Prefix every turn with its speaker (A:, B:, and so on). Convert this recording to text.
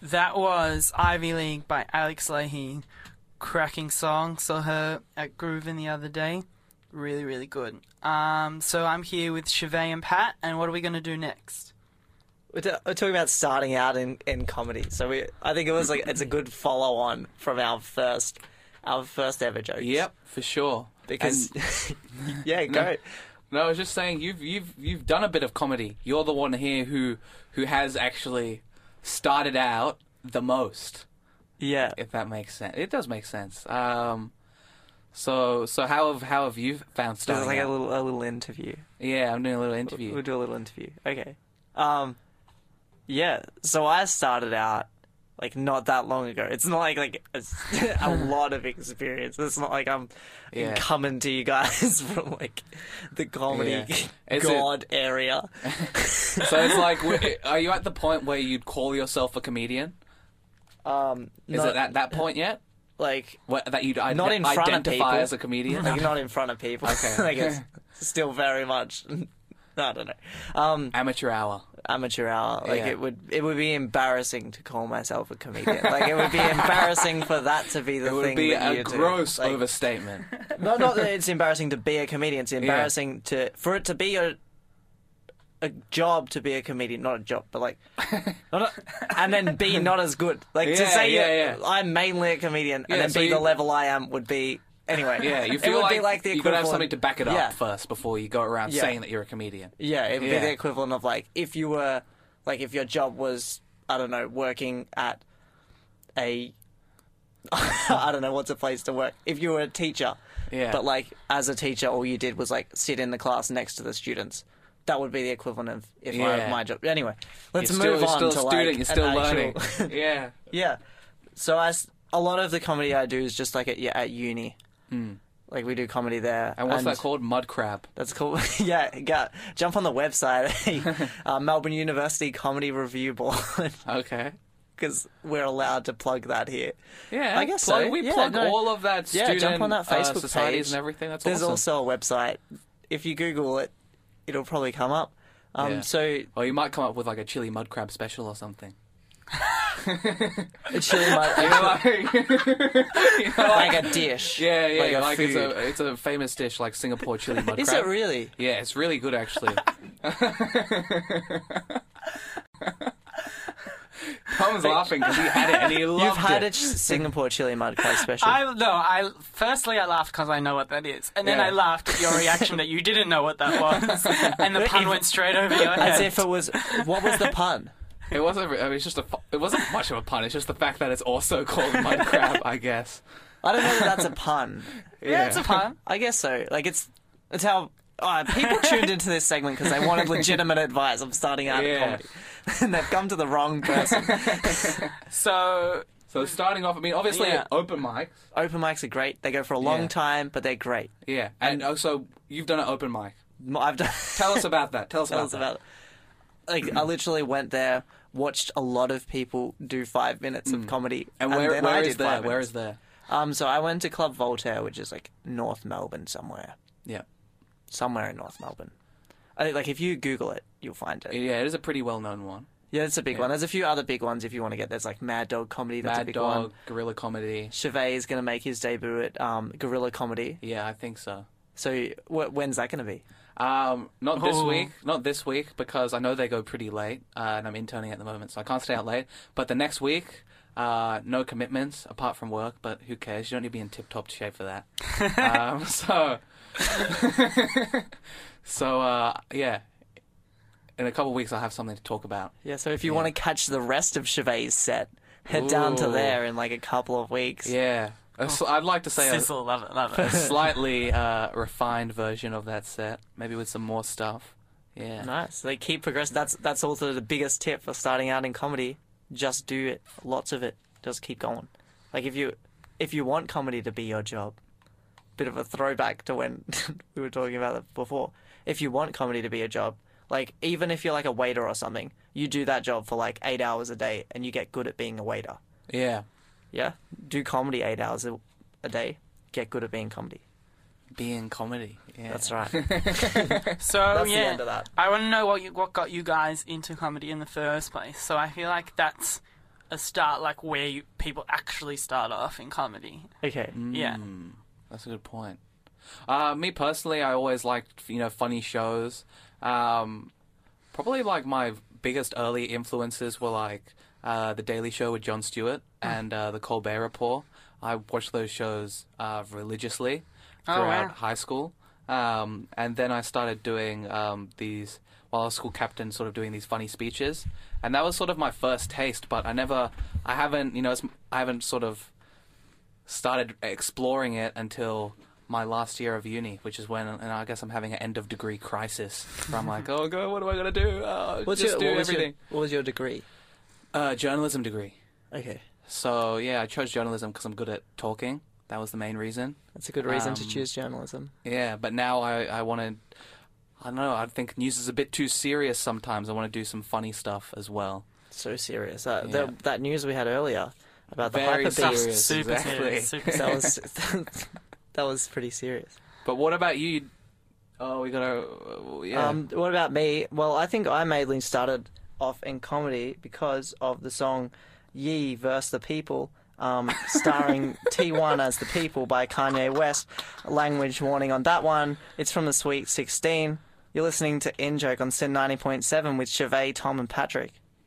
A: That was Ivy League by Alex Leahy. Cracking song. Saw her at Groovin the other day. Really, really good. Um, so I'm here with Chevy and Pat, and what are we going to do next?
B: We're, ta- we're talking about starting out in, in comedy, so we I think it was like it's a good follow on from our first our first ever joke.
C: Yep, for sure.
B: because
C: And-
B: yeah, go.
C: No. no, I was just saying you've you've you've done a bit of comedy. You're the one here who who has actually started out the most.
B: Yeah,
C: If that makes sense, it does make sense. Um, so so how have how have you found
B: there's
C: starting?
B: like a
C: out?
B: little a little interview.
C: yeah, I'm doing a little interview.
B: We'll do a little interview. Okay. Um, yeah. So I started out like not that long ago. It's not like like a, a lot of experience. It's not like I'm
C: Yeah.
B: coming to you guys from like the comedy
C: Yeah. Is it-
B: god area.
C: so it's like, w- are you at the point where you'd call yourself a comedian?
B: Um,
C: Is
B: not,
C: it at that point yet?
B: like
C: What, that you'd ide-
B: Not in front of people.
C: identify as a comedian?
B: like not in front of people.
C: Okay.
B: like it's still very much. I don't know. Um,
C: Amateur hour.
B: amateur hour. Like
C: Yeah.
B: it would it would be embarrassing to call myself a comedian. like it would be embarrassing for that to be the
C: It would
B: thing
C: be
B: that
C: a
B: you do.
C: gross
B: Like,
C: overstatement.
B: No, not that it's embarrassing to be a comedian. It's embarrassing to for it to be a a job to be a comedian, not a job, but like, not a- and then be not as good. Like to
C: Yeah,
B: say
C: yeah, yeah.
B: I'm mainly a comedian,
C: Yeah,
B: and then
C: so
B: be
C: you-
B: the level I am would be anyway.
C: Yeah, you
B: It
C: feel
B: would
C: like,
B: be like the
C: you've got to have
B: equivalent-
C: something to back it up
B: Yeah.
C: first before you go around
B: Yeah.
C: saying that you're a comedian.
B: Yeah, it would
C: Yeah.
B: be the equivalent of like if you were like if your job was I don't know working at a I don't know what's a place to work. If you were a teacher,
C: Yeah.
B: but like as a teacher, all you did was like sit in the class next to the students. That would be the equivalent of if
C: Yeah.
B: I my job. Anyway, let's
C: you're
B: move
C: still,
B: on
C: you're
B: to
C: still a
B: like
C: student, you're
B: an
C: still
B: actual-
C: learning. yeah.
B: yeah. So I s a lot of the comedy I do is just like at yeah, at uni. Like we do comedy there.
C: Hmm. And what's that called? Mud crab.
B: That's cool. yeah, go, jump on the website, uh, Melbourne University Comedy Review Board,
C: Okay.
B: because we're allowed to plug that here.
C: Yeah,
B: I guess
C: plug,
B: so.
C: We
B: Yeah,
C: plug
B: no.
C: all of that
B: Yeah,
C: student
B: jump on that
C: uh,
B: Facebook
C: societies
B: page.
C: and everything. That's
B: There's
C: awesome.
B: also a website. If you Google it, it'll probably come up. Um,
C: Yeah.
B: So,
C: Or you might come up with like a chili mud crab special or something.
B: chili mud,
C: You know, like, you know, like-
B: like a dish.
C: yeah, yeah,
B: like
C: like,
B: a
C: it's
B: food.
C: a it's a famous dish like Singapore chili mud
B: Is
C: crab.
B: it really?
C: Yeah, it's really good actually. Tom's laughing because he had it and he loved
B: You've had
C: it.
B: a ch- Singapore chili mud crab special.
A: I no. I firstly I laughed because I know what that is, and then
C: Yeah.
A: I laughed at your reaction that you didn't know what that was, and the pun went straight over your
B: As
A: head.
B: if it was. What was the pun?
C: It wasn't. re- I mean, it's just a. fu- It wasn't much of a pun. It's just the fact that it's also called mud crab. I guess.
B: I don't know that that's a pun.
A: yeah, it's a pun.
B: I guess so. Like it's it's how uh, people tuned into this segment because they wanted legitimate advice. I'm starting out
C: Yeah.
B: in comedy, and they've come to the wrong person.
A: So
C: So starting off, I mean, obviously
A: Yeah.
C: open mics.
B: Open mics are great. They go for a long
C: Yeah.
B: time, but they're great.
C: Yeah, and also you've done an open mic.
B: M- I've done.
C: Tell us about that. Tell us
B: tell
C: about
B: us
C: that.
B: about. Like I literally went there, watched a lot of people do five minutes of comedy,
C: Hmm. And where,
B: then I
C: where
B: did
C: is there?
B: five
C: Where
B: minutes.
C: is there?
B: Um, so I went to Club Voltaire, which is like North Melbourne somewhere,
C: Yeah,
B: somewhere in North Melbourne. I think like if you Google it, you'll find it.
C: yeah, it is a pretty well-known one.
B: Yeah, that's a big one. There's a few other big ones if you want to get. There's like Mad Dog Comedy. That's a
C: Mad
B: big
C: Dog,
B: one.
C: Gorilla Comedy.
B: Chevet is going to make his debut at um, Gorilla Comedy.
C: Yeah, I think so.
B: So wh- when's that going to be?
C: Um, not this
A: Oh.
C: week, not this week, because I know they go pretty late, uh, and I'm interning at the moment, so I can't stay out late. But the next week, uh, no commitments apart from work, but who cares? You don't need to be in tip-top shape for that. um, so, so uh, yeah, in a couple of weeks, I'll have something to talk about.
B: Yeah. So if you want to catch the rest of Chevet's set, head down to
C: Ooh.
B: there in like a couple of weeks.
C: Yeah, A sl- I'd like to say a,
A: sizzle, love it, love it.
C: slightly uh, refined version of that set, maybe with some more stuff. Yeah.
B: Nice. They keep progressing. That's that's also the biggest tip for starting out in comedy. Just do it. Lots of it. Just keep going. Like if you if you want comedy to be your job, bit of a throwback to when we were talking about it before. If you want comedy to be a job, like even if you're like a waiter or something, you do that job for like eight hours a day and you get good at being a waiter.
C: Yeah.
B: Yeah, do comedy eight hours a, a day. Get good at being comedy.
C: Being comedy. Yeah.
B: That's right. Oh,
A: So
B: That's
A: yeah,
B: the end of that.
A: I want to know what you, what got you guys into comedy in the first place. So I feel like that's a start like where you, people actually start off in comedy.
B: Okay.
A: Yeah.
C: Mm, that's a good point. Uh, me personally, I always liked you know funny shows. Um, probably like my biggest early influences were like uh, the Daily Show with Jon Stewart
A: Ah.
C: and uh, the Colbert Report. I watched those shows uh, religiously
A: Oh,
C: throughout
A: wow.
C: high school, um, and then I started doing um, these while I was school captain, sort of doing these funny speeches, and that was sort of my first taste. But I never, I haven't, you know, it's, I haven't sort of started exploring it until my last year of uni, which is when, and I guess I'm having an end of degree crisis. Where I'm like, oh god, what am I gonna do? Oh,
B: What's
C: just
B: your,
C: do
B: what was your-
C: everything.
B: what was your degree?
C: Uh, journalism degree.
B: Okay.
C: So yeah, I chose journalism because I'm good at talking. That was the main reason.
B: That's a good reason to
C: Um,
B: choose journalism.
C: Yeah, but now I I want to. I don't know. I think news is a bit too serious sometimes. I want to do some funny stuff as well.
B: So serious. Uh,
C: Yeah.
B: that, that news we had earlier about the
C: Very
B: hyperbeast.
C: serious,
A: Super
C: exactly.
A: serious, super serious.
B: that was that was pretty serious.
C: But what about you? Oh, we gotta. Uh, yeah.
B: Um, what about me? Well, I think I mainly started off in comedy because of the song "Ye vs the People," um, starring T1 as the People by Kanye West. Language warning on that one. It's from the Sweet 16. You're listening to In Joke on Sin 90.7 with Chevet, Tom, and Patrick.